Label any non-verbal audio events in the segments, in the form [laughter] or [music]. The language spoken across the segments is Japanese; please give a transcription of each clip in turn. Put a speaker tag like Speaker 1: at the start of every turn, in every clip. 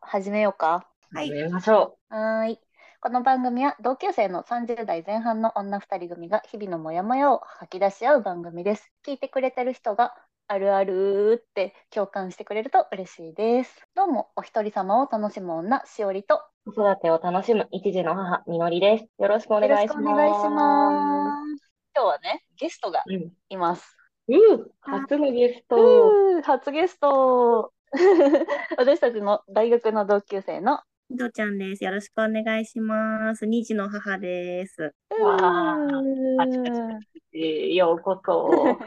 Speaker 1: 始めようか。
Speaker 2: はい
Speaker 3: 始めましょ
Speaker 1: はーい。この番組は同級生の30代前半の女2人組が日々のモヤモヤを吐き出し合う番組です。聞いてくれてる人があるあるーって共感してくれると嬉しいです。どうもお一人様を楽しむ女しおりと
Speaker 3: う。子育てを楽しむ一児の母、みのりです。よろしくお
Speaker 1: よ
Speaker 3: 願
Speaker 1: ろ
Speaker 3: いし
Speaker 1: し
Speaker 3: ま
Speaker 1: く
Speaker 3: す。
Speaker 1: お願いします。今日はねゲストが
Speaker 3: うん。
Speaker 1: います。
Speaker 3: うん、初のゲスト。
Speaker 1: うー初ゲスト [laughs] 私たちの大学の同級生の
Speaker 2: みどちゃんです。よろしくお願いします。二児の母です。
Speaker 3: わ
Speaker 1: う
Speaker 3: ー
Speaker 1: ーん
Speaker 3: パチパチパえーようこそ。
Speaker 1: よ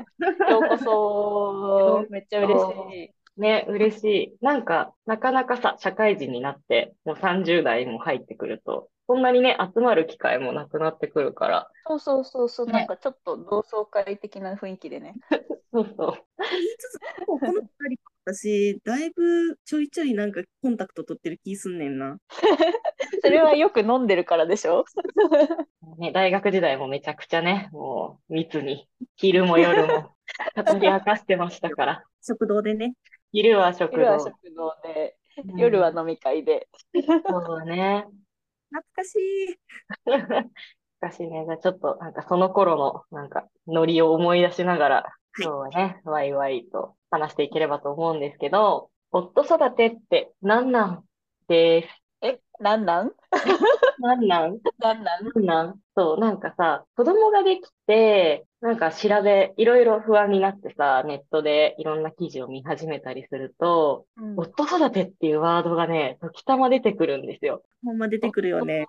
Speaker 1: うこそ。 [laughs] めっちゃ嬉しい。
Speaker 3: ね、嬉しい。なんか、なかなかさ、社会人になって、もう30代も入ってくると、そんなにね、集まる機会もなくなってくるから、
Speaker 1: そうそうそうそう、
Speaker 3: ね
Speaker 1: なんかちょっと同窓会的な雰囲気でね。
Speaker 3: そうそう。
Speaker 2: 言いつつ、この二人、私、だいぶちょいちょいなんかコンタクト取ってる気すんねんな。
Speaker 1: それはよく飲んでるからでしょ
Speaker 3: ね、大学時代もめちゃくちゃね、もう密に、昼も
Speaker 1: [laughs]
Speaker 3: 夜も、語り明かしてましたから。
Speaker 2: 食堂でね。
Speaker 3: 昼は食
Speaker 1: 昼は
Speaker 3: 堂
Speaker 1: 食、堂で、夜は
Speaker 3: うん
Speaker 1: 飲み会で。
Speaker 3: そうだね。
Speaker 2: 懐かしい。
Speaker 3: [laughs] 昔ね、じゃあちょっと、なんかその頃の、なんか、ノリを思い出しながら、
Speaker 2: い
Speaker 3: 今日はね、ワイワイと話していければと思うんですけど、夫育てって何なんです。
Speaker 1: え、なんなん
Speaker 3: 何なん
Speaker 1: なんなん
Speaker 3: 何なんそう、なんかさ、子供ができて、なんか調べ、いろいろ不安になってさ、ネットでいろんな記事を見始めたりすると、
Speaker 1: うん
Speaker 3: 夫育てっていうワードがね、時たま出てくるんですよ。
Speaker 2: ほんま出てくるよね。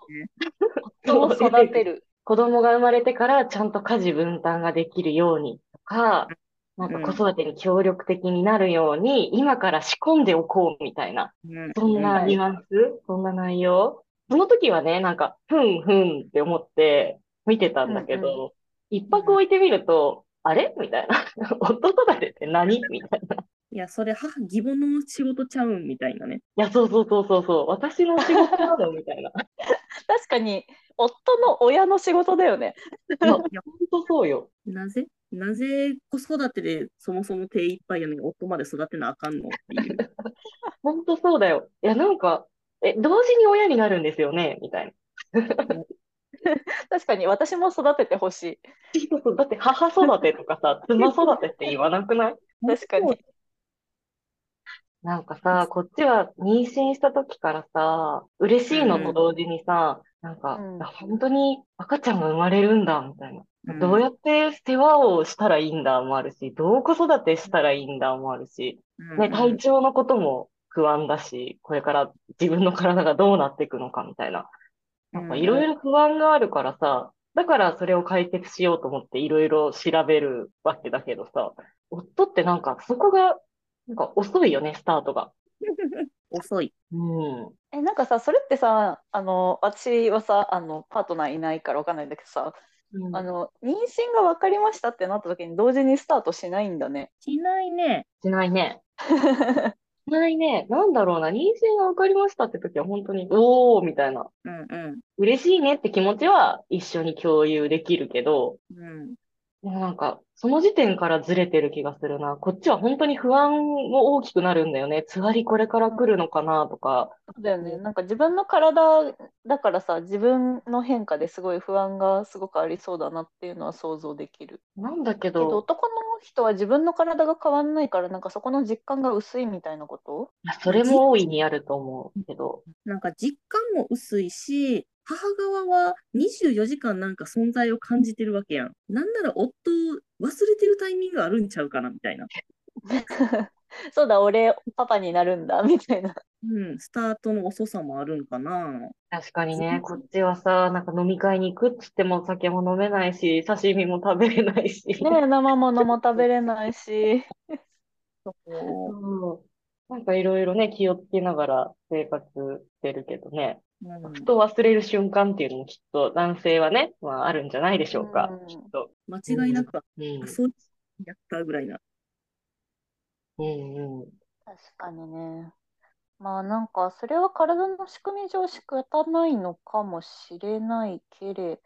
Speaker 1: 夫を育てる。
Speaker 3: 子供が生まれてからちゃんと家事分担ができるようにとか、なんか子育てに協力的になるように、今から仕込んでおこうみたいな、
Speaker 2: うん
Speaker 3: そんなニュアンス、そんな内容。その時はね、なんか、ふんふんって思って見てたんだけど、
Speaker 1: うん
Speaker 3: 一泊置いてみると、あれみたいな。 [laughs] 夫育てって何みたいな。
Speaker 2: いや、それ、母、義母の仕事ちゃうんみたいなね。
Speaker 3: いや、そうそうそうそうそう。私の仕事なのみたいな。 [laughs]
Speaker 1: 確かに、夫の親の仕事だよね。
Speaker 3: いや、ほんとそうよ。
Speaker 2: なぜなぜ子育てでそもそも手いっぱいやのに夫まで育てなあか
Speaker 3: [laughs]
Speaker 2: んのっていう。
Speaker 3: ほんとそうだよ。いや、なんか、え、同時に親になるんですよねみたいな。
Speaker 1: 確かに、私も育ててほしい。
Speaker 3: そうそうだって母育てとか [laughs] さ、妻育てって言わなくない
Speaker 1: 確かに。
Speaker 3: なんかさ、こっちは妊娠した時からさ、嬉しいのと同時にさ、なんか、
Speaker 1: うん
Speaker 3: あ本当に赤ちゃんが生まれるんだ、みたいな。
Speaker 2: うん
Speaker 3: どうやって世話をしたらいいんだもあるし、どう子育てしたらいいんだもあるし、
Speaker 2: うんう
Speaker 3: ね、
Speaker 2: ん
Speaker 3: 体調のことも不安だし、これから自分の体がどうなっていくのかみたいな。なんかいろいろ不安があるからさ、だからそれを解決しようと思っていろいろ調べるわけだけどさ、夫ってなんかそこが、なんか遅いよね、スタートが。
Speaker 2: 遅い。
Speaker 3: うん。
Speaker 1: え、なんかさ、それってさ、あの、私はさ、あの、パートナーいないからわかんないんだけどさ、あの、妊娠が分かりましたってなった時に同時にスタートしないんだね。
Speaker 2: しないね。
Speaker 3: しないね。しないね。なんだろうな、妊娠が分かりましたって時は本当に、おーみたいな。
Speaker 2: うんう
Speaker 3: 嬉しいねって気持ちは一緒に共有できるけど、
Speaker 2: ん。うん。
Speaker 3: でもなんか、その時点からずれてる気がするな。こっちは本当に不安も大きくなるんだよね。つわりこれから来るのかなとか。
Speaker 1: そうだよね。なんか自分の体だからさ、自分の変化ですごい不安がすごくありそうだなっていうのは想像できる。
Speaker 3: なんだけ
Speaker 1: けど
Speaker 3: ど、
Speaker 1: 男の人は自分の体が変わんないから、なんかそこの実感が薄いみたいなこと [laughs]
Speaker 3: いやそれも大いにあると思うけど。
Speaker 2: なんか実感も薄いし、母側は24時間なんか存在を感じてるわけやん。なんなら夫を忘れてるタイミングあるんちゃうかなみたいな。
Speaker 1: そうだ、俺パパになるんだ、みたい [laughs] な。
Speaker 2: うん、スタートの遅さもあるんかな。
Speaker 3: 確かに
Speaker 2: そう
Speaker 3: ね、こっちはさ、なんか飲み会に行くっつってもお酒も飲めないし、刺身も食べれないし。
Speaker 1: ねえ、生ものも食べれないし。
Speaker 2: そ
Speaker 3: そうなんかいろいろね、気をつけながら生活してるけどね。
Speaker 2: う。うん
Speaker 3: ふと忘れる瞬間っていうのもきっと男性はね、まああるんじゃないでしょうか。
Speaker 1: うん
Speaker 3: きっと。
Speaker 2: 間違いなく、
Speaker 3: うん
Speaker 2: あ。そうやったぐらいな。
Speaker 3: うんうん。
Speaker 1: [laughs] 確かにね。まあなんかそれは体の仕組み上仕方ないのかもしれないけれ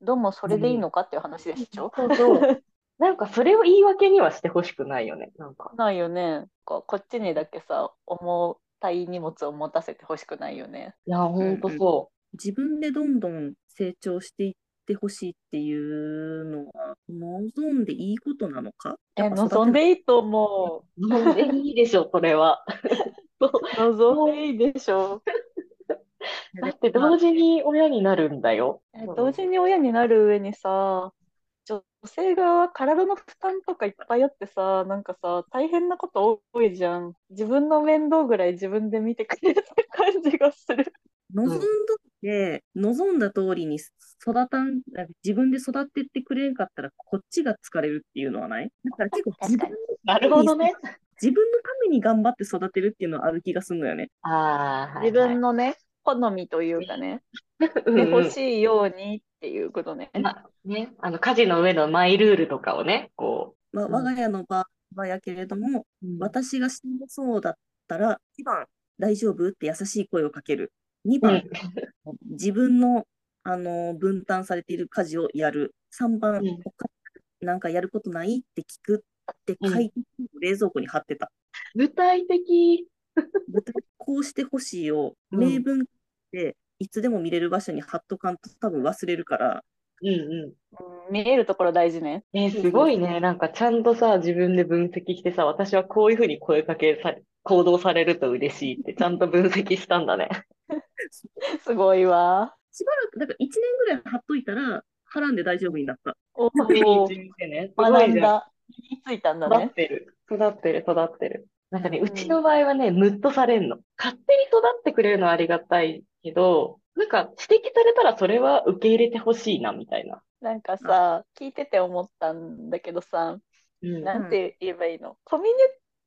Speaker 1: どもそれでいいのかっていう話でしょ、
Speaker 3: そうそう。なんかそれを言い訳にはしてほしくないよね。なんか。
Speaker 1: ないよね。なんかこっちにだけさ思たい荷物を持たせてほしくないよね。
Speaker 3: いや、ほんとそ
Speaker 2: 自分でどんどん成長していってほしいっていうのは、望んでいいことなのか
Speaker 1: え、望んでいいと思う。
Speaker 3: う。もういいでしょ、それは。
Speaker 1: 望んでいいでしょう。
Speaker 3: だって同時に親になるんだよ。
Speaker 1: え同時に親になる上にさ、女性が体の負担とかいっぱいあってさ、なんかさ、大変なこと多いじゃん。自分の面倒ぐらい自分で見てくれた感じがする。
Speaker 2: 望んどって、望んだ通りに育たん、自分で育ってってくれんかったら、こっちが疲れるっていうのはないだから結構自分
Speaker 1: 確か
Speaker 3: なる
Speaker 2: ほ
Speaker 1: [laughs]
Speaker 2: ど
Speaker 3: ね。
Speaker 2: 自分のために頑張って育てるっていうのはある気がするのよね。
Speaker 3: ああ、
Speaker 1: 自分のね、好みというかね、で欲し
Speaker 3: い。
Speaker 1: いようにっていうことね。
Speaker 3: あね、あの、家事の上のマイルールとかをね、こ
Speaker 2: まあ、
Speaker 3: うん
Speaker 2: 我が家の場合やけれども、
Speaker 3: う。
Speaker 2: 私が死んでそうだったら、1番、大丈夫って優しい声をかける。2
Speaker 3: う
Speaker 2: 番、
Speaker 3: ん、
Speaker 2: 自分の、あの分担されている家事をやる。3番、
Speaker 3: うん
Speaker 2: 他なんかやることないって聞くって書いて、冷蔵庫に貼ってた。
Speaker 3: 具体的。
Speaker 2: こうしてほしいを
Speaker 3: うん
Speaker 2: 名文でいつでも見れる場所に貼っとかんと多分忘れるから、
Speaker 3: うんうん。
Speaker 1: うん見えるところ大事ね。
Speaker 3: えーすごいね。なんかちゃんとさ、自分で分析してさ、私はこういうふうに声かけされ、行動されると嬉しいって、ちゃんと分析したんだ
Speaker 1: [laughs]
Speaker 3: ね。
Speaker 1: すごいわ。
Speaker 2: しばらく、だから1年ぐらい貼っといたら、はらんで大丈夫になった。
Speaker 1: お
Speaker 3: 毎
Speaker 1: お、
Speaker 3: 日見てね。すご
Speaker 1: 学
Speaker 3: い
Speaker 1: ん
Speaker 3: じゃん。
Speaker 1: だ。身についたんだ
Speaker 3: 育
Speaker 1: ね
Speaker 3: っ。てる。育ってる、育ってる。なんかね、
Speaker 2: うん
Speaker 3: うちの場合はね、ムッとされんの。勝手に育ってくれるのはありがたいけど、なんか指摘されたらそれは受け入れてほしいな、みたいな。
Speaker 1: なんかさ、聞いてて思ったんだけどさ、
Speaker 3: うん
Speaker 1: なんて言えばいいの、コミュニ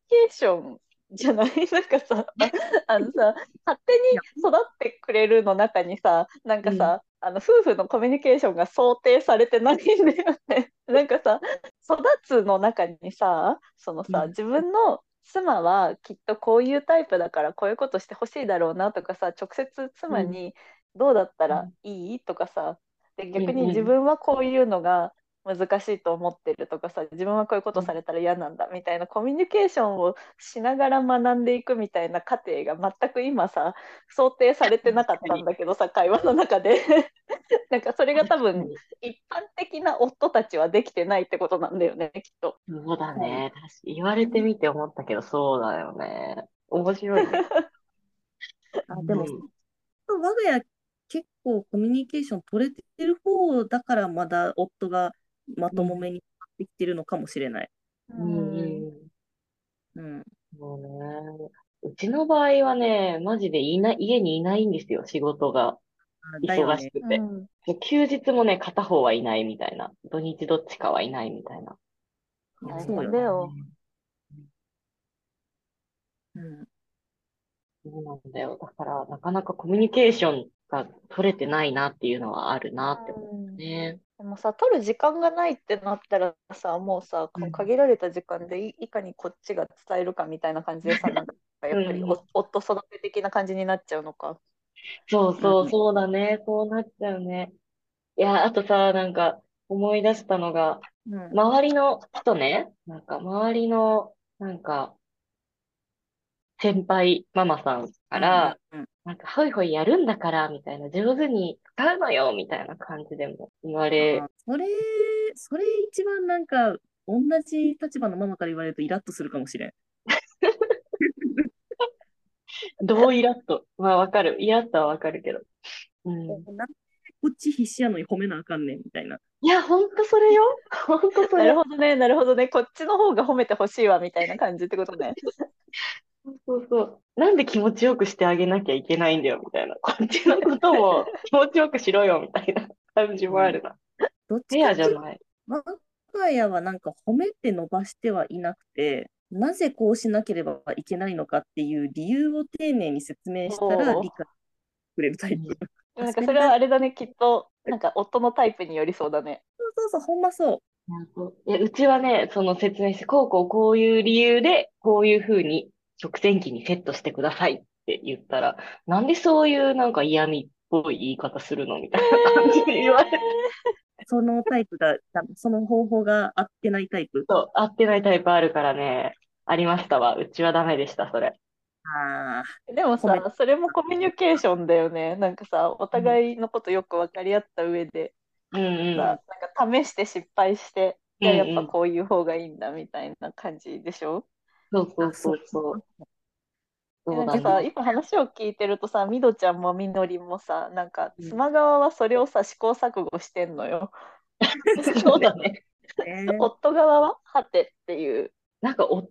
Speaker 1: ケーションじゃない [laughs] なんかさ、 [laughs] あのさ、勝手に育ってくれるの中にさ、なんかさ、あの夫婦のコミュニケーションが想定されてないんだよね。 [laughs] なんかさ、育つの中にさ、その
Speaker 3: う
Speaker 1: さ、
Speaker 3: ん
Speaker 1: 自分の妻はきっとこういうタイプだからこういうことしてほしいだろうなとかさ、直接妻にどうだったらいいとかさ、で逆
Speaker 3: うんう
Speaker 1: に
Speaker 3: ん
Speaker 1: 自分はこういうのが難しいと思ってるとかさ自分はこういうことされたら嫌なんだみたいなコミュニケーションをしながら学んでいくみたいな過程が全く今さ想定されてなかったんだけどさ会話の中で [laughs] なんかそれが多分一般的な夫たちはできてないってことなんだよねきっと。
Speaker 3: そうだね。確かに言われてみて思ったけど、そうだよね。面白いね。
Speaker 2: あでも、
Speaker 3: うん
Speaker 2: 我が家結構コミュニケーション取れてる方だから、まだ夫がまともめにできてるのかもしれない。
Speaker 3: [laughs] うんうん。
Speaker 2: うん。
Speaker 3: そうね。うちの場合はね、マジでいない、家にいないんですよ、仕事が。
Speaker 2: だよ
Speaker 3: 忙
Speaker 2: ね
Speaker 3: し。く
Speaker 1: う
Speaker 3: て。
Speaker 1: ん
Speaker 3: もう休日もね、片方はいないみたいな。土日どっちかはいないみたいな。
Speaker 2: いや
Speaker 1: 大
Speaker 2: そうよ
Speaker 1: 変だよ。
Speaker 2: うん
Speaker 3: そうなんだよ。だから、なかなかコミュニケーションが取れてないなっていうのはあるなって思
Speaker 1: うん
Speaker 3: うね。
Speaker 1: でもさ、取る時間がないってなったらさ、もうさ、こう
Speaker 3: うん
Speaker 1: 限られた時間でい、いかにこっちが伝えるかみたいな感じでさ、なんかやっぱり
Speaker 3: うん
Speaker 1: お夫育て的な感じになっちゃうのか。
Speaker 3: そうそうう、
Speaker 2: ん
Speaker 3: そうだね。そうなっちゃうね。いや、あとさ、なんか、思い出したのが、
Speaker 2: うん
Speaker 3: 周りの人ね、なんか、周りの、なんか、先輩、ママさんから、、
Speaker 2: うん
Speaker 3: なんか、ホイホイやるんだから、みたいな、上手に使うのよ、みたいな感じでも言われ
Speaker 2: あそれ、それ一番なんか、同じ立場のママから言われるとイラッとするかもしれん。
Speaker 3: どうイラッと。まあわかる。イラッとはわかるけど。うん。
Speaker 2: なんでこっち必死やのに褒めなあかんねんみたいな。
Speaker 3: いや、ほんとそれよ。 [laughs] ほんとそ
Speaker 1: な
Speaker 3: れ
Speaker 1: る。ほどね、なるほどね。こっちの方が褒めてほしいわみたいな感じってことね。
Speaker 3: そうそう。なんで気持ちよくしてあげなきゃいけないんだよ、みたいな。 [laughs] こっちのことも気持ちよくしろよ、みたいな感じもあるな。
Speaker 2: どっち
Speaker 3: フェ
Speaker 2: か
Speaker 3: ア
Speaker 2: っ
Speaker 3: じ
Speaker 2: て
Speaker 3: ゃ
Speaker 2: いうと、
Speaker 3: ない。
Speaker 2: 我が家はなんか褒めて伸ばしてはいなくて、なぜこうしなければいけないのかっていう理由を丁寧に説明したら
Speaker 1: おー
Speaker 2: 理解してくれるタイプ。
Speaker 1: なんかそれはあれだね、きっと、なんか夫のタイプによりそうだね。
Speaker 2: そうそうそう、ほんまそう。
Speaker 3: いやそういや、うちはね、その説明して、こうこうこういう理由で、こういうふうに食洗機にセットしてくださいって言ったら、なんでそういうなんか嫌味っぽい言い方するのみたいな感じで言われて。
Speaker 2: そのタイプが、だその方法が合ってないタイプ。
Speaker 3: そう、合ってないタイプあるからね、ありましたわ。うちはダメでした、それ。
Speaker 2: ああ、
Speaker 1: でも
Speaker 2: ごめん
Speaker 1: さ、それもコミュニケーションだよね。なんかさ、お互いのことよく分かり合った上で、
Speaker 3: うんうん。
Speaker 1: さ、なんか試して失敗して、いや、
Speaker 3: うんう
Speaker 1: や
Speaker 3: ん
Speaker 1: っぱこういう方がいいんだみたいな感じでしょ
Speaker 3: そうそうそうそう。
Speaker 1: で
Speaker 3: そ
Speaker 1: な
Speaker 3: う
Speaker 1: ん
Speaker 3: だ
Speaker 1: か
Speaker 3: ね。
Speaker 1: さ、今話を聞いてるとさ、みどちゃんもみのりもさ、なんか
Speaker 3: うん
Speaker 1: 妻側はそれをさ、試行錯誤してんのよ。 [laughs]
Speaker 3: そうだね。
Speaker 2: ね。
Speaker 1: 夫側ははてっていう。
Speaker 3: [laughs] なんか夫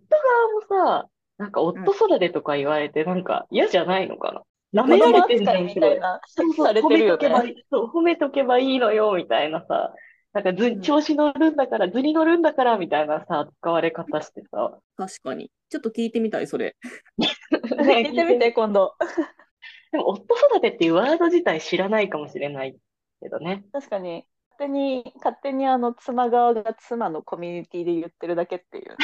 Speaker 3: 側もさ、なんか夫育てとか言われて、なんか嫌じゃないのかな。舐められてんじゃん、
Speaker 1: みたいな、
Speaker 3: すごい。そうそう
Speaker 1: [laughs] されてるよ
Speaker 3: 褒めとけば
Speaker 1: ね。
Speaker 3: いい、そう、褒めとけばいいのよ、みたいなさ。なんか
Speaker 2: う
Speaker 3: ず、
Speaker 2: ん
Speaker 3: 調子乗るんだから、図に乗るんだから、みたいなさ、使われ方してさ。
Speaker 2: 確かに。ちょっと聞いてみたい、それ。
Speaker 3: [laughs]
Speaker 1: 聞いてみて、今度。
Speaker 3: でも、夫育てっていうワード自体知らないかもしれないけどね。
Speaker 1: 確かに。勝手に、勝手にあの妻側が妻のコミュニティで言ってるだけっていうね。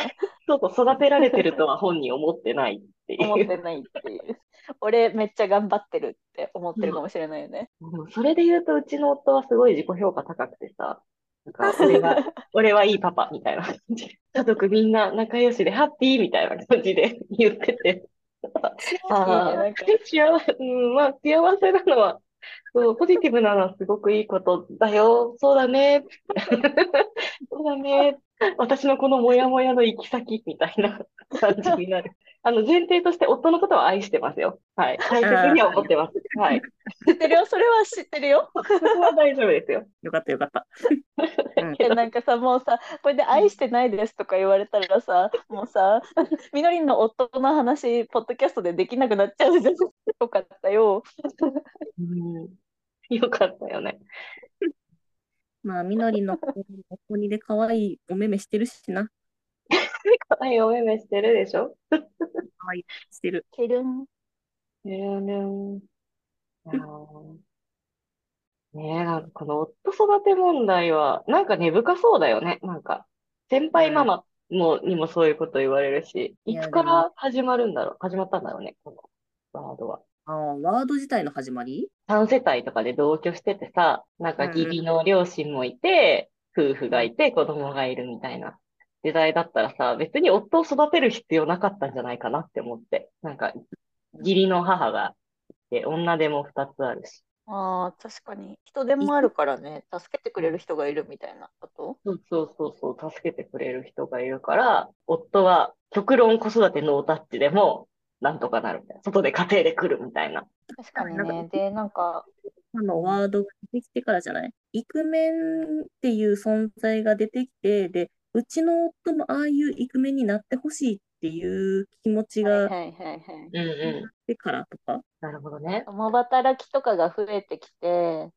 Speaker 3: そうそう、育てられてるとは本人思ってないってい
Speaker 1: 思っ
Speaker 3: う。
Speaker 1: てないって
Speaker 3: [laughs]
Speaker 1: いう。俺めっちゃ頑張ってるって思ってるかもしれないよね。
Speaker 3: でもそれで言うと、うちの夫はすごい自己評価高くてさ、なんか俺は、俺はいいパパみたいな感じで、家族みんな仲良しでハッピーみたいな感じで [laughs] 言ってて、
Speaker 1: いいね
Speaker 3: ああ、
Speaker 1: なんか
Speaker 3: 幸せ、うん、まあ幸せなのは、そう、ポジティブなのはすごくいいことだよ、そうだね、 [laughs] そうだね、私のこのモヤモヤの行き先みたいな感じになる。あの、前提として夫のことは愛してますよ。はい。大切には思ってます。はい。
Speaker 1: 知ってるよ、それは知ってる [laughs] よ。
Speaker 3: そこは大丈夫ですよ。
Speaker 2: よかった、よ
Speaker 1: [laughs]
Speaker 2: かった。うん
Speaker 1: えなんかさもうさこれで「愛してないです」とか言われたらさもうさ [laughs] みのりんの夫の話ポッドキャストでできなくなっちゃうじゃんよかったよ
Speaker 3: うん、よかったよね。
Speaker 2: まあ、みのりの子、ここにで可愛いお目目してるしな。
Speaker 3: はい、お目目してるでしょ
Speaker 2: 可愛いしてる。
Speaker 1: けるん
Speaker 3: ねえねえ。いやーねえ、なんかこの夫育て問題は、なんか根深そうだよね。なんか、先輩ママも、にもそういうこと言われるし、
Speaker 2: い
Speaker 3: い
Speaker 2: や
Speaker 3: つから始まるんだろう始まったんだろうね、このワードは。
Speaker 2: ああ、ワード自体の始まり
Speaker 3: 3世帯とかで同居しててさ、なんか義理の両親もいて、夫婦がいて、子供がいるみたいな時代だったらさ、別に夫を育てる必要なかったんじゃないかなって思って。なんか、義理の母がいて、女手も2つあるし。
Speaker 1: あー確かに人手もあるからね助けてくれる人がいるみたいなこと
Speaker 3: そうそうそうそう、助けてくれる人がいるから、夫は極論子育てノータッチでも、なんとかなるみたいな。外で家庭で来るみたいな。
Speaker 1: 確かに
Speaker 2: なんか
Speaker 1: ねでなんか
Speaker 2: あのワードが出てきてからじゃないイクメンっていう存在が出てきて、で、うちの夫もああいうイクメンになってほしいっていう気持ち
Speaker 1: はい
Speaker 2: が
Speaker 1: はいはいはい
Speaker 3: うんう
Speaker 2: でからとか。
Speaker 3: ん。なるほどね。
Speaker 1: 共働きとかが増えてきて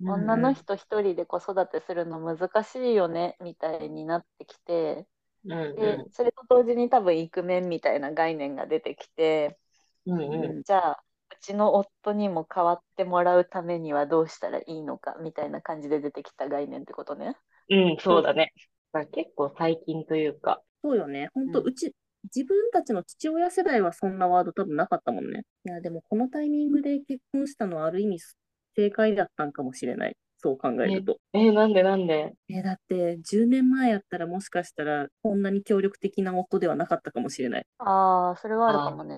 Speaker 1: 女の
Speaker 3: 人
Speaker 1: 人一人で子育てするの難しいよねみたいになってきて
Speaker 3: うん
Speaker 1: で
Speaker 3: う
Speaker 1: それと同時に多分イクメンみたいな概念が出てきて
Speaker 3: ん。うんうん。
Speaker 1: じゃあうちの夫にも変わってもらうためにはどうしたらいいのかみたいな感じで出てきた概念ってことね。
Speaker 3: うん、そうだね。だから結構最近というか、
Speaker 2: そうよね。本当、
Speaker 1: うん
Speaker 2: うち、自分たちの父親世代はそんなワード多分なかったもんね。いや、でもこのタイミングで結婚したのはある意味正解だったんかもしれない。そう考えると。
Speaker 3: えーなんでなんで、
Speaker 2: え、だって10年前やったらもしかしたらこんなに協力的な夫ではなかったかもしれない。
Speaker 1: ああそれはあるかもね。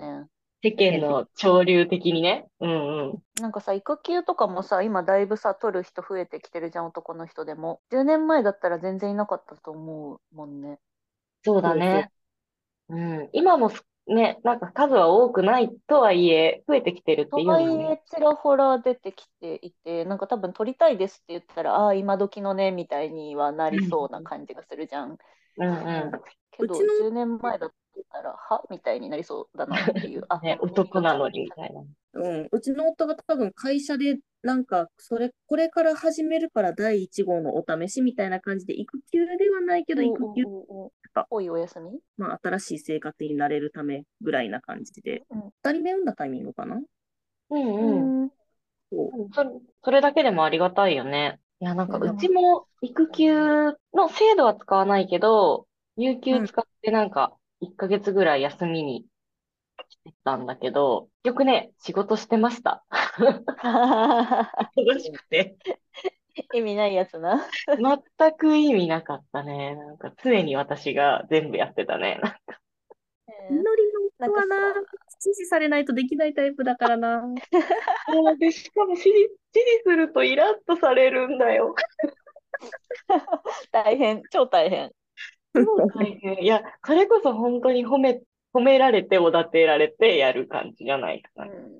Speaker 3: 世間の潮流的に [laughs] ね。うんうん。
Speaker 1: なんかさ育休とかもさ今だいぶさ取る人増えてきてるじゃん男の人でも。10年前だったら全然いなかったと思うもんね。
Speaker 3: そうだね。うん。今もすね、なんか数は多くないとはいえ、増えてきてるって
Speaker 1: と
Speaker 3: いう
Speaker 1: は
Speaker 3: の
Speaker 1: い
Speaker 3: ね。
Speaker 1: えちらほら出てきていてなんか多分取りたいですって言ったらああー今時のねみたいにはなりそうな感じがするじゃん。
Speaker 3: うんうん。
Speaker 1: けど
Speaker 2: うちの
Speaker 1: 10年前だったらはみたいになりそうだなって
Speaker 3: [laughs]
Speaker 1: いう。あ
Speaker 3: ね、男なのにみたいな。
Speaker 2: うん、うちの夫が多分会社でなんかそれこれから始めるから第1号のお試しみたいな感じで育休ではないけど育休
Speaker 1: お
Speaker 2: か
Speaker 1: 多いお休み
Speaker 2: まあ新しい生活になれるためぐらいな感じで
Speaker 1: うん
Speaker 2: 2人目産んだタイミングかな
Speaker 3: うんうん。
Speaker 1: うん
Speaker 2: そう
Speaker 3: それ、それだけでもありがたいよね。いや、なんか
Speaker 2: うん
Speaker 3: うちも育休の制度は使わないけど、有給使ってなんか1ヶ月ぐらい休みにしてたんだけど、よくね、仕事してました。楽しくて。
Speaker 1: [laughs] 意味ないやつな。 [laughs]
Speaker 3: 全く意味なかったね。なんか常に私が全部やってたね。
Speaker 2: みのりの夫はな
Speaker 1: なんかさ
Speaker 2: 指示されないとできないタイプだからな。
Speaker 1: [laughs]
Speaker 3: もうで、しかも指示、指示するとイラッとされるんだよ。
Speaker 1: 大変、超大変。
Speaker 3: 大変。いや、それこそ本当に褒め、褒められて、おだてられてやる感じじゃないかな。
Speaker 1: うん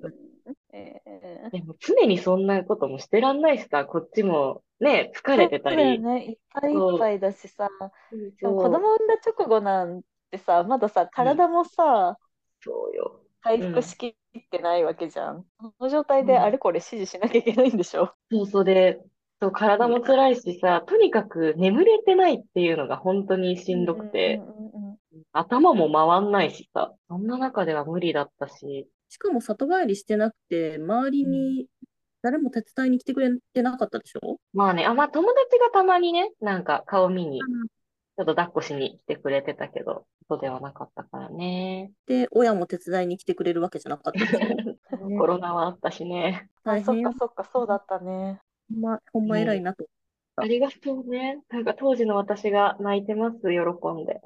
Speaker 1: えー
Speaker 3: でも常にそんなこともしてらんないしさ、こっちもね、疲れてた
Speaker 1: そうだ
Speaker 3: り
Speaker 1: よ。ね、いっぱいいっぱいだしさ、しかも
Speaker 3: そう
Speaker 1: 子供産んだ直後なんてさ、まださ、体もさ、
Speaker 3: そうよ。
Speaker 1: 回復しきってないわけじゃん。その状態であれこれ指示しなきゃいけないんでしょ。
Speaker 3: そうそうで、そう、体も辛いしさ、とにかく眠れてないっていうのが本当にしんどくて、
Speaker 1: うんうんうんうん
Speaker 3: 頭も回んないしさ、そんな中では無理だったし、
Speaker 2: しかも里帰りしてなくて、周りに誰も手伝いに来てくれてなかったでしょ
Speaker 3: まあね、あ、まあ友達がたまにね、なんか顔見に、ちょっと抱っこしに来てくれてたけど、そうではなかったからね。
Speaker 2: で、親も手伝いに来てくれるわけじゃなかったでしょ
Speaker 3: コロナはあったしね。
Speaker 1: [laughs] あ
Speaker 2: 大
Speaker 1: そっ
Speaker 2: 変
Speaker 1: かそっか、そうだったね。 [laughs]
Speaker 2: ほんま、ほんま偉いなと。
Speaker 3: ありがとうね。なんか当時の私が泣いてます、喜んで。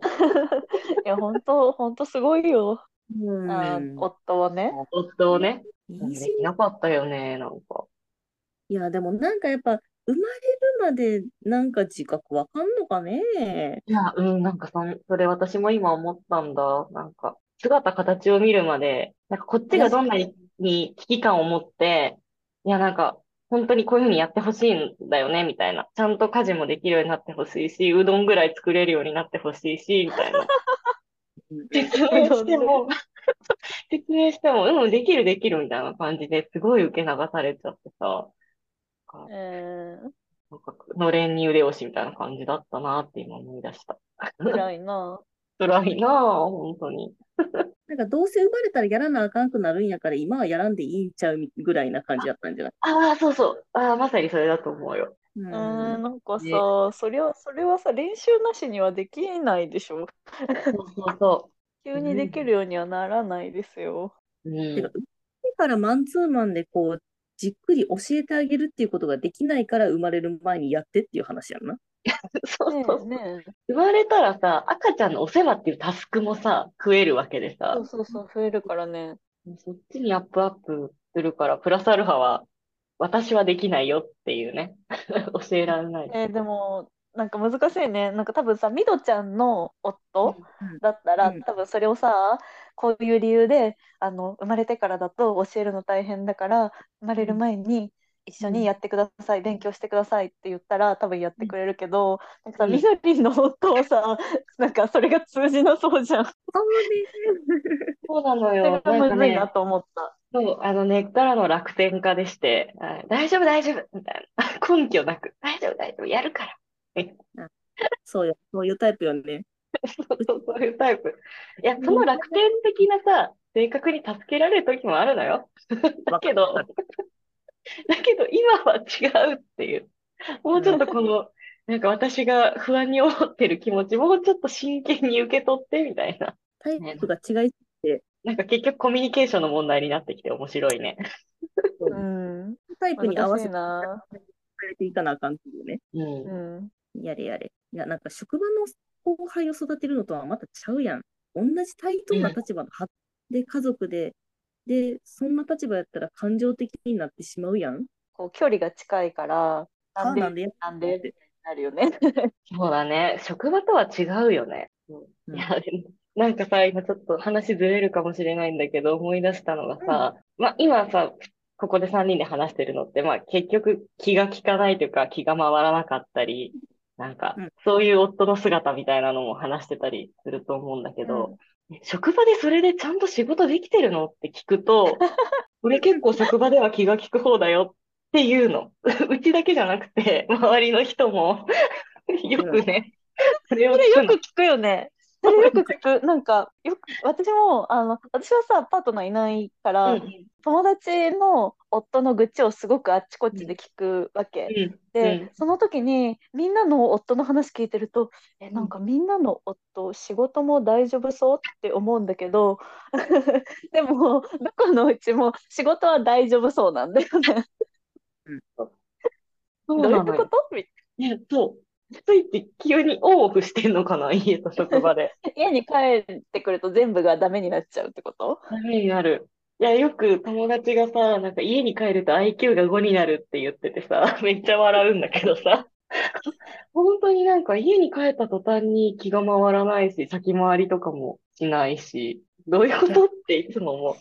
Speaker 1: いや、本当本当すごいよ。
Speaker 2: うん
Speaker 1: あ夫を
Speaker 3: [laughs]
Speaker 1: ね。
Speaker 3: 夫をね、
Speaker 2: い
Speaker 3: で
Speaker 2: いし
Speaker 3: きなかったよね、なんか。
Speaker 2: いや、でもなんかやっぱ、生まれるまでなんか自覚わかんのかね。
Speaker 3: いや、うん、なんかそん、それ私も今思ったんだ。なんか、姿形を見るまで、なんかこっちがどんなに危機感を持って、いや、なんか、本当にこういうふうにやってほしいんだよね、みたいな。ちゃんと家事もできるようになってほしいし、うどんぐらい作れるようになってほしいし、みたいな。 [laughs] 説明しても、 [laughs] 説明しても、うん、できるできるみたいな感じですごい受け流されちゃってさ、なんか
Speaker 1: うん、
Speaker 3: なんかのれんに腕押しみたいな感じだったなって今思い出した。
Speaker 1: 偉いな。
Speaker 3: 辛いなあ、本当に。
Speaker 2: なんかどうせ生まれたらやらなあかんくなるんやから、今はやらんでいいんちゃうぐらいな感じだったんじゃない
Speaker 3: ああ、そうそう。ああ、まさにそれだと思うよ。
Speaker 1: う、
Speaker 2: うん
Speaker 1: なんか
Speaker 3: ね
Speaker 1: さ、それは、それはさ、練習なしにはできないでしょ。
Speaker 3: そうそうそ
Speaker 1: 急にできるようにはならないですよ。
Speaker 3: う。
Speaker 2: てか
Speaker 3: う、
Speaker 2: 生まれてからマンツーマンでこう、じっくり教えてあげるっていうことができないから、生まれる前にやってっていう話やんな。
Speaker 3: そう
Speaker 1: ね
Speaker 3: そう
Speaker 1: えねえ
Speaker 3: 生まれたらさ、赤ちゃんのお世話っていうタスクもさ、食えるわけで
Speaker 1: そ
Speaker 3: さ
Speaker 1: う、そうそう、増えるからね。
Speaker 3: そっちにアップアップするから、プラスアルファは、私はできないよっていうね。 [laughs] 教えられない。
Speaker 1: えーでも、なんか難しいね。なんか多分さ、ミドちゃんの夫だったら、
Speaker 2: うん
Speaker 1: 多分それをさ、こういう理由で、あの、生まれてからだと教えるの大変だから、生まれる前に一緒にやってください、勉強してくださいって言ったら、多分やってくれるけど、なんかさ、
Speaker 3: うん
Speaker 1: みどりの夫はさ、 [laughs] なんかそれが通じなそうじゃん。
Speaker 3: そうなの
Speaker 1: それ
Speaker 3: よ。
Speaker 1: が
Speaker 3: なんか
Speaker 1: むずい
Speaker 3: ね、
Speaker 1: なと思った。
Speaker 3: そう、あの根っからの楽天家でして、あ大丈夫大丈夫みたいな。 [laughs] 根拠なく、大丈夫大丈夫、やるから。
Speaker 2: そうよ、そういうタイプよね。
Speaker 3: そうそうそういうタイプ。いや、その楽天的なさ、性格に助けられる時もあるのよ。だけど、
Speaker 2: わ
Speaker 3: だ
Speaker 2: か
Speaker 3: けど今は違うっていう。もうちょっとこの、なんか私が不安に思ってる気持ち、もうちょっと真剣に受け取ってみたいな。
Speaker 2: タイプが違い、
Speaker 3: なんか結局コミュニケーションの問題になってきて面白いね。
Speaker 2: う
Speaker 1: うん。
Speaker 2: タイプに合わせ
Speaker 1: 難しいな。
Speaker 2: 変えていかなあかんっていうね。
Speaker 3: う。
Speaker 1: うんん。
Speaker 2: やれやれ。いや、なんか職場の後輩を育てるのとはまたちゃうやん。同じ対等な立場のは、で、家族で、で、そんな立場やったら感情的になってしまうやん。
Speaker 1: こう距離が近いから、なんで
Speaker 2: あなんでや
Speaker 1: なんでみたいになるよね。
Speaker 3: そうだね。職場とは違うよね。
Speaker 2: う
Speaker 3: い
Speaker 2: ん
Speaker 3: や、でもなんかさ、今ちょっと話ずれるかもしれないんだけど、思い出したのがさ、まあ今さ、ここで3人で話してるのって、まあ結局気が利かないというか気が回らなかったり、なんか
Speaker 2: うん
Speaker 3: そういう夫の姿みたいなのも話してたりすると思うんだけど、職場でそれでちゃんと仕事できてるのって聞くと、俺結構職場では気が利く方だよっていうの。 [laughs] うちだけじゃなくて、周りの人も [laughs] よくね、それを
Speaker 1: それ
Speaker 3: 聞く
Speaker 1: よ
Speaker 3: の
Speaker 1: く聞くよね。それよく聞く。なんか、よく、私も、あの、私はさ、パートナーいないから、
Speaker 3: うん
Speaker 1: 友達の夫の愚痴をすごくあっちこっちで聞くわけ。
Speaker 3: うん
Speaker 1: で、
Speaker 3: うん
Speaker 1: その時にみんなの夫の話聞いてると、え、なんかみんなの夫、仕事も大丈夫そうって思うんだけど、 [laughs] でも、どこのうちも仕事は大丈夫そうなんだよね。
Speaker 3: そ
Speaker 1: どういうことみたい
Speaker 3: ね、そう。ついて急にオンオフしてんのかな、家と職場で。
Speaker 1: 家に帰ってくると全部がダメになっちゃうってこと
Speaker 3: ダメになる。いや、よく友達がさ、なんか家に帰ると IQ が5になるって言っててさ、 [laughs] めっちゃ笑うんだけどさ、本当になんか家に帰った途端に気が回らないし、先回りとかもしないし、どういうことっていつも思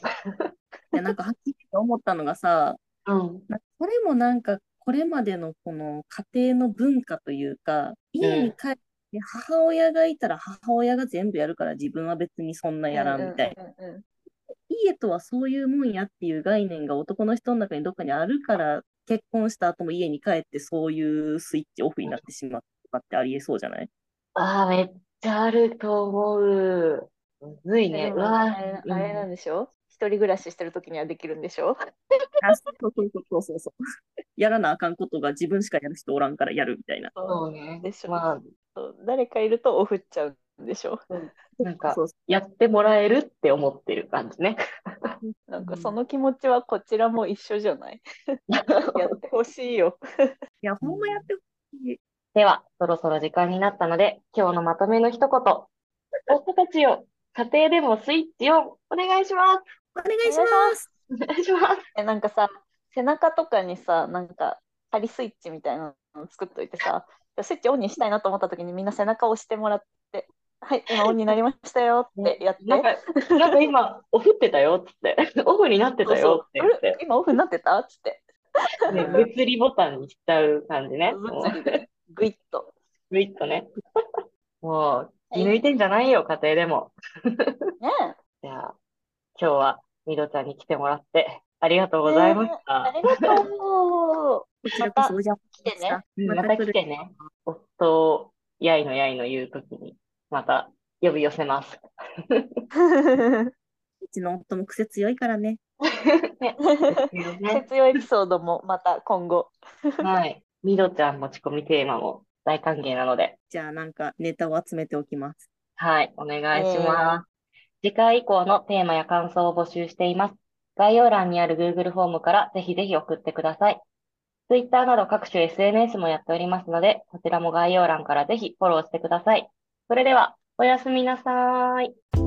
Speaker 2: いや、なんかはっきりと思ったのがさ、
Speaker 3: う。うん。
Speaker 2: なこれもなんかこれまでのこの家庭の文化というか、家に帰って母親がいたら母親が全部やるから自分は別にそんなやらんみたいな。
Speaker 1: うんうんうんうん
Speaker 2: 家とはそういうもんやっていう概念が男の人の中にどっかにあるから、結婚した後も家に帰ってそういうスイッチオフになってしまうとかってありえそうじゃない
Speaker 3: ああ、めっちゃあると思う。むずいね。
Speaker 1: で
Speaker 3: う
Speaker 1: も
Speaker 3: わ
Speaker 1: あれ、あれなんでしょ一人暮らししてる時にはできるんでしょ
Speaker 2: あそうそうそうそうそう。 [laughs] やらなあかんことが自分しかやる人おらんからやるみたいな。
Speaker 3: そうね。
Speaker 1: でしょ
Speaker 3: まあ、
Speaker 1: そう誰かいるとオフっちゃうんでしょ
Speaker 3: なんか、
Speaker 2: そうそ
Speaker 3: やってもらえるって思ってる感じね。
Speaker 1: なんかその気持ちはこちらも一緒じゃない [laughs] やってほしいよ。
Speaker 2: ういや、ほんまやってほしい。
Speaker 3: では、そろそろ時間になったので、今日のまとめの一言。夫たちよ、家庭でもスイッチをお願いします。
Speaker 2: お願いします。
Speaker 3: お願いします。
Speaker 1: え、なんかさ、背中とかにさ、なんか仮スイッチみたいなの作っといてさ、スイッチオンにしたいなと思った時にみんな背中を押してもらって、はい、今オンになりましたよってやって。
Speaker 3: なんか、なんか今、オフってたよっつって、オフになってたよって言っ
Speaker 1: あれ
Speaker 3: て、
Speaker 1: 今オフになってたっつ [laughs] って。
Speaker 3: ね、物理ボタンにしちゃう感じね。も
Speaker 1: 物理でグイッと。
Speaker 3: う、グイッと [laughs] ね。もう、気抜いてんじゃないよ、家庭でも。
Speaker 1: ねえ
Speaker 3: じゃあ、今日は、みどちゃんに来てもらって、ありがとうございました
Speaker 1: あ。りがと
Speaker 2: こちらこそおじゃま
Speaker 1: う。来て
Speaker 2: し
Speaker 1: ね。
Speaker 2: た。
Speaker 3: うんまた来てね。夫を、やいのやいの言うときに、また呼び寄せます。
Speaker 1: [laughs]
Speaker 2: うちの夫も癖強いからね。
Speaker 3: ねね
Speaker 1: 節用エピソードもまた今後。
Speaker 3: [laughs] はい。みどちゃん持ち込みテーマも大歓迎なので、
Speaker 2: じゃあなんかネタを集めておきます。
Speaker 3: はい、お願いします。次回以降のテーマや感想を募集しています。概要欄にある Google フォームからぜひぜひ送ってください。Twitter など各種 SNS もやっておりますので、こちらも概要欄からぜひフォローしてください。それでは、おやすみなさーい。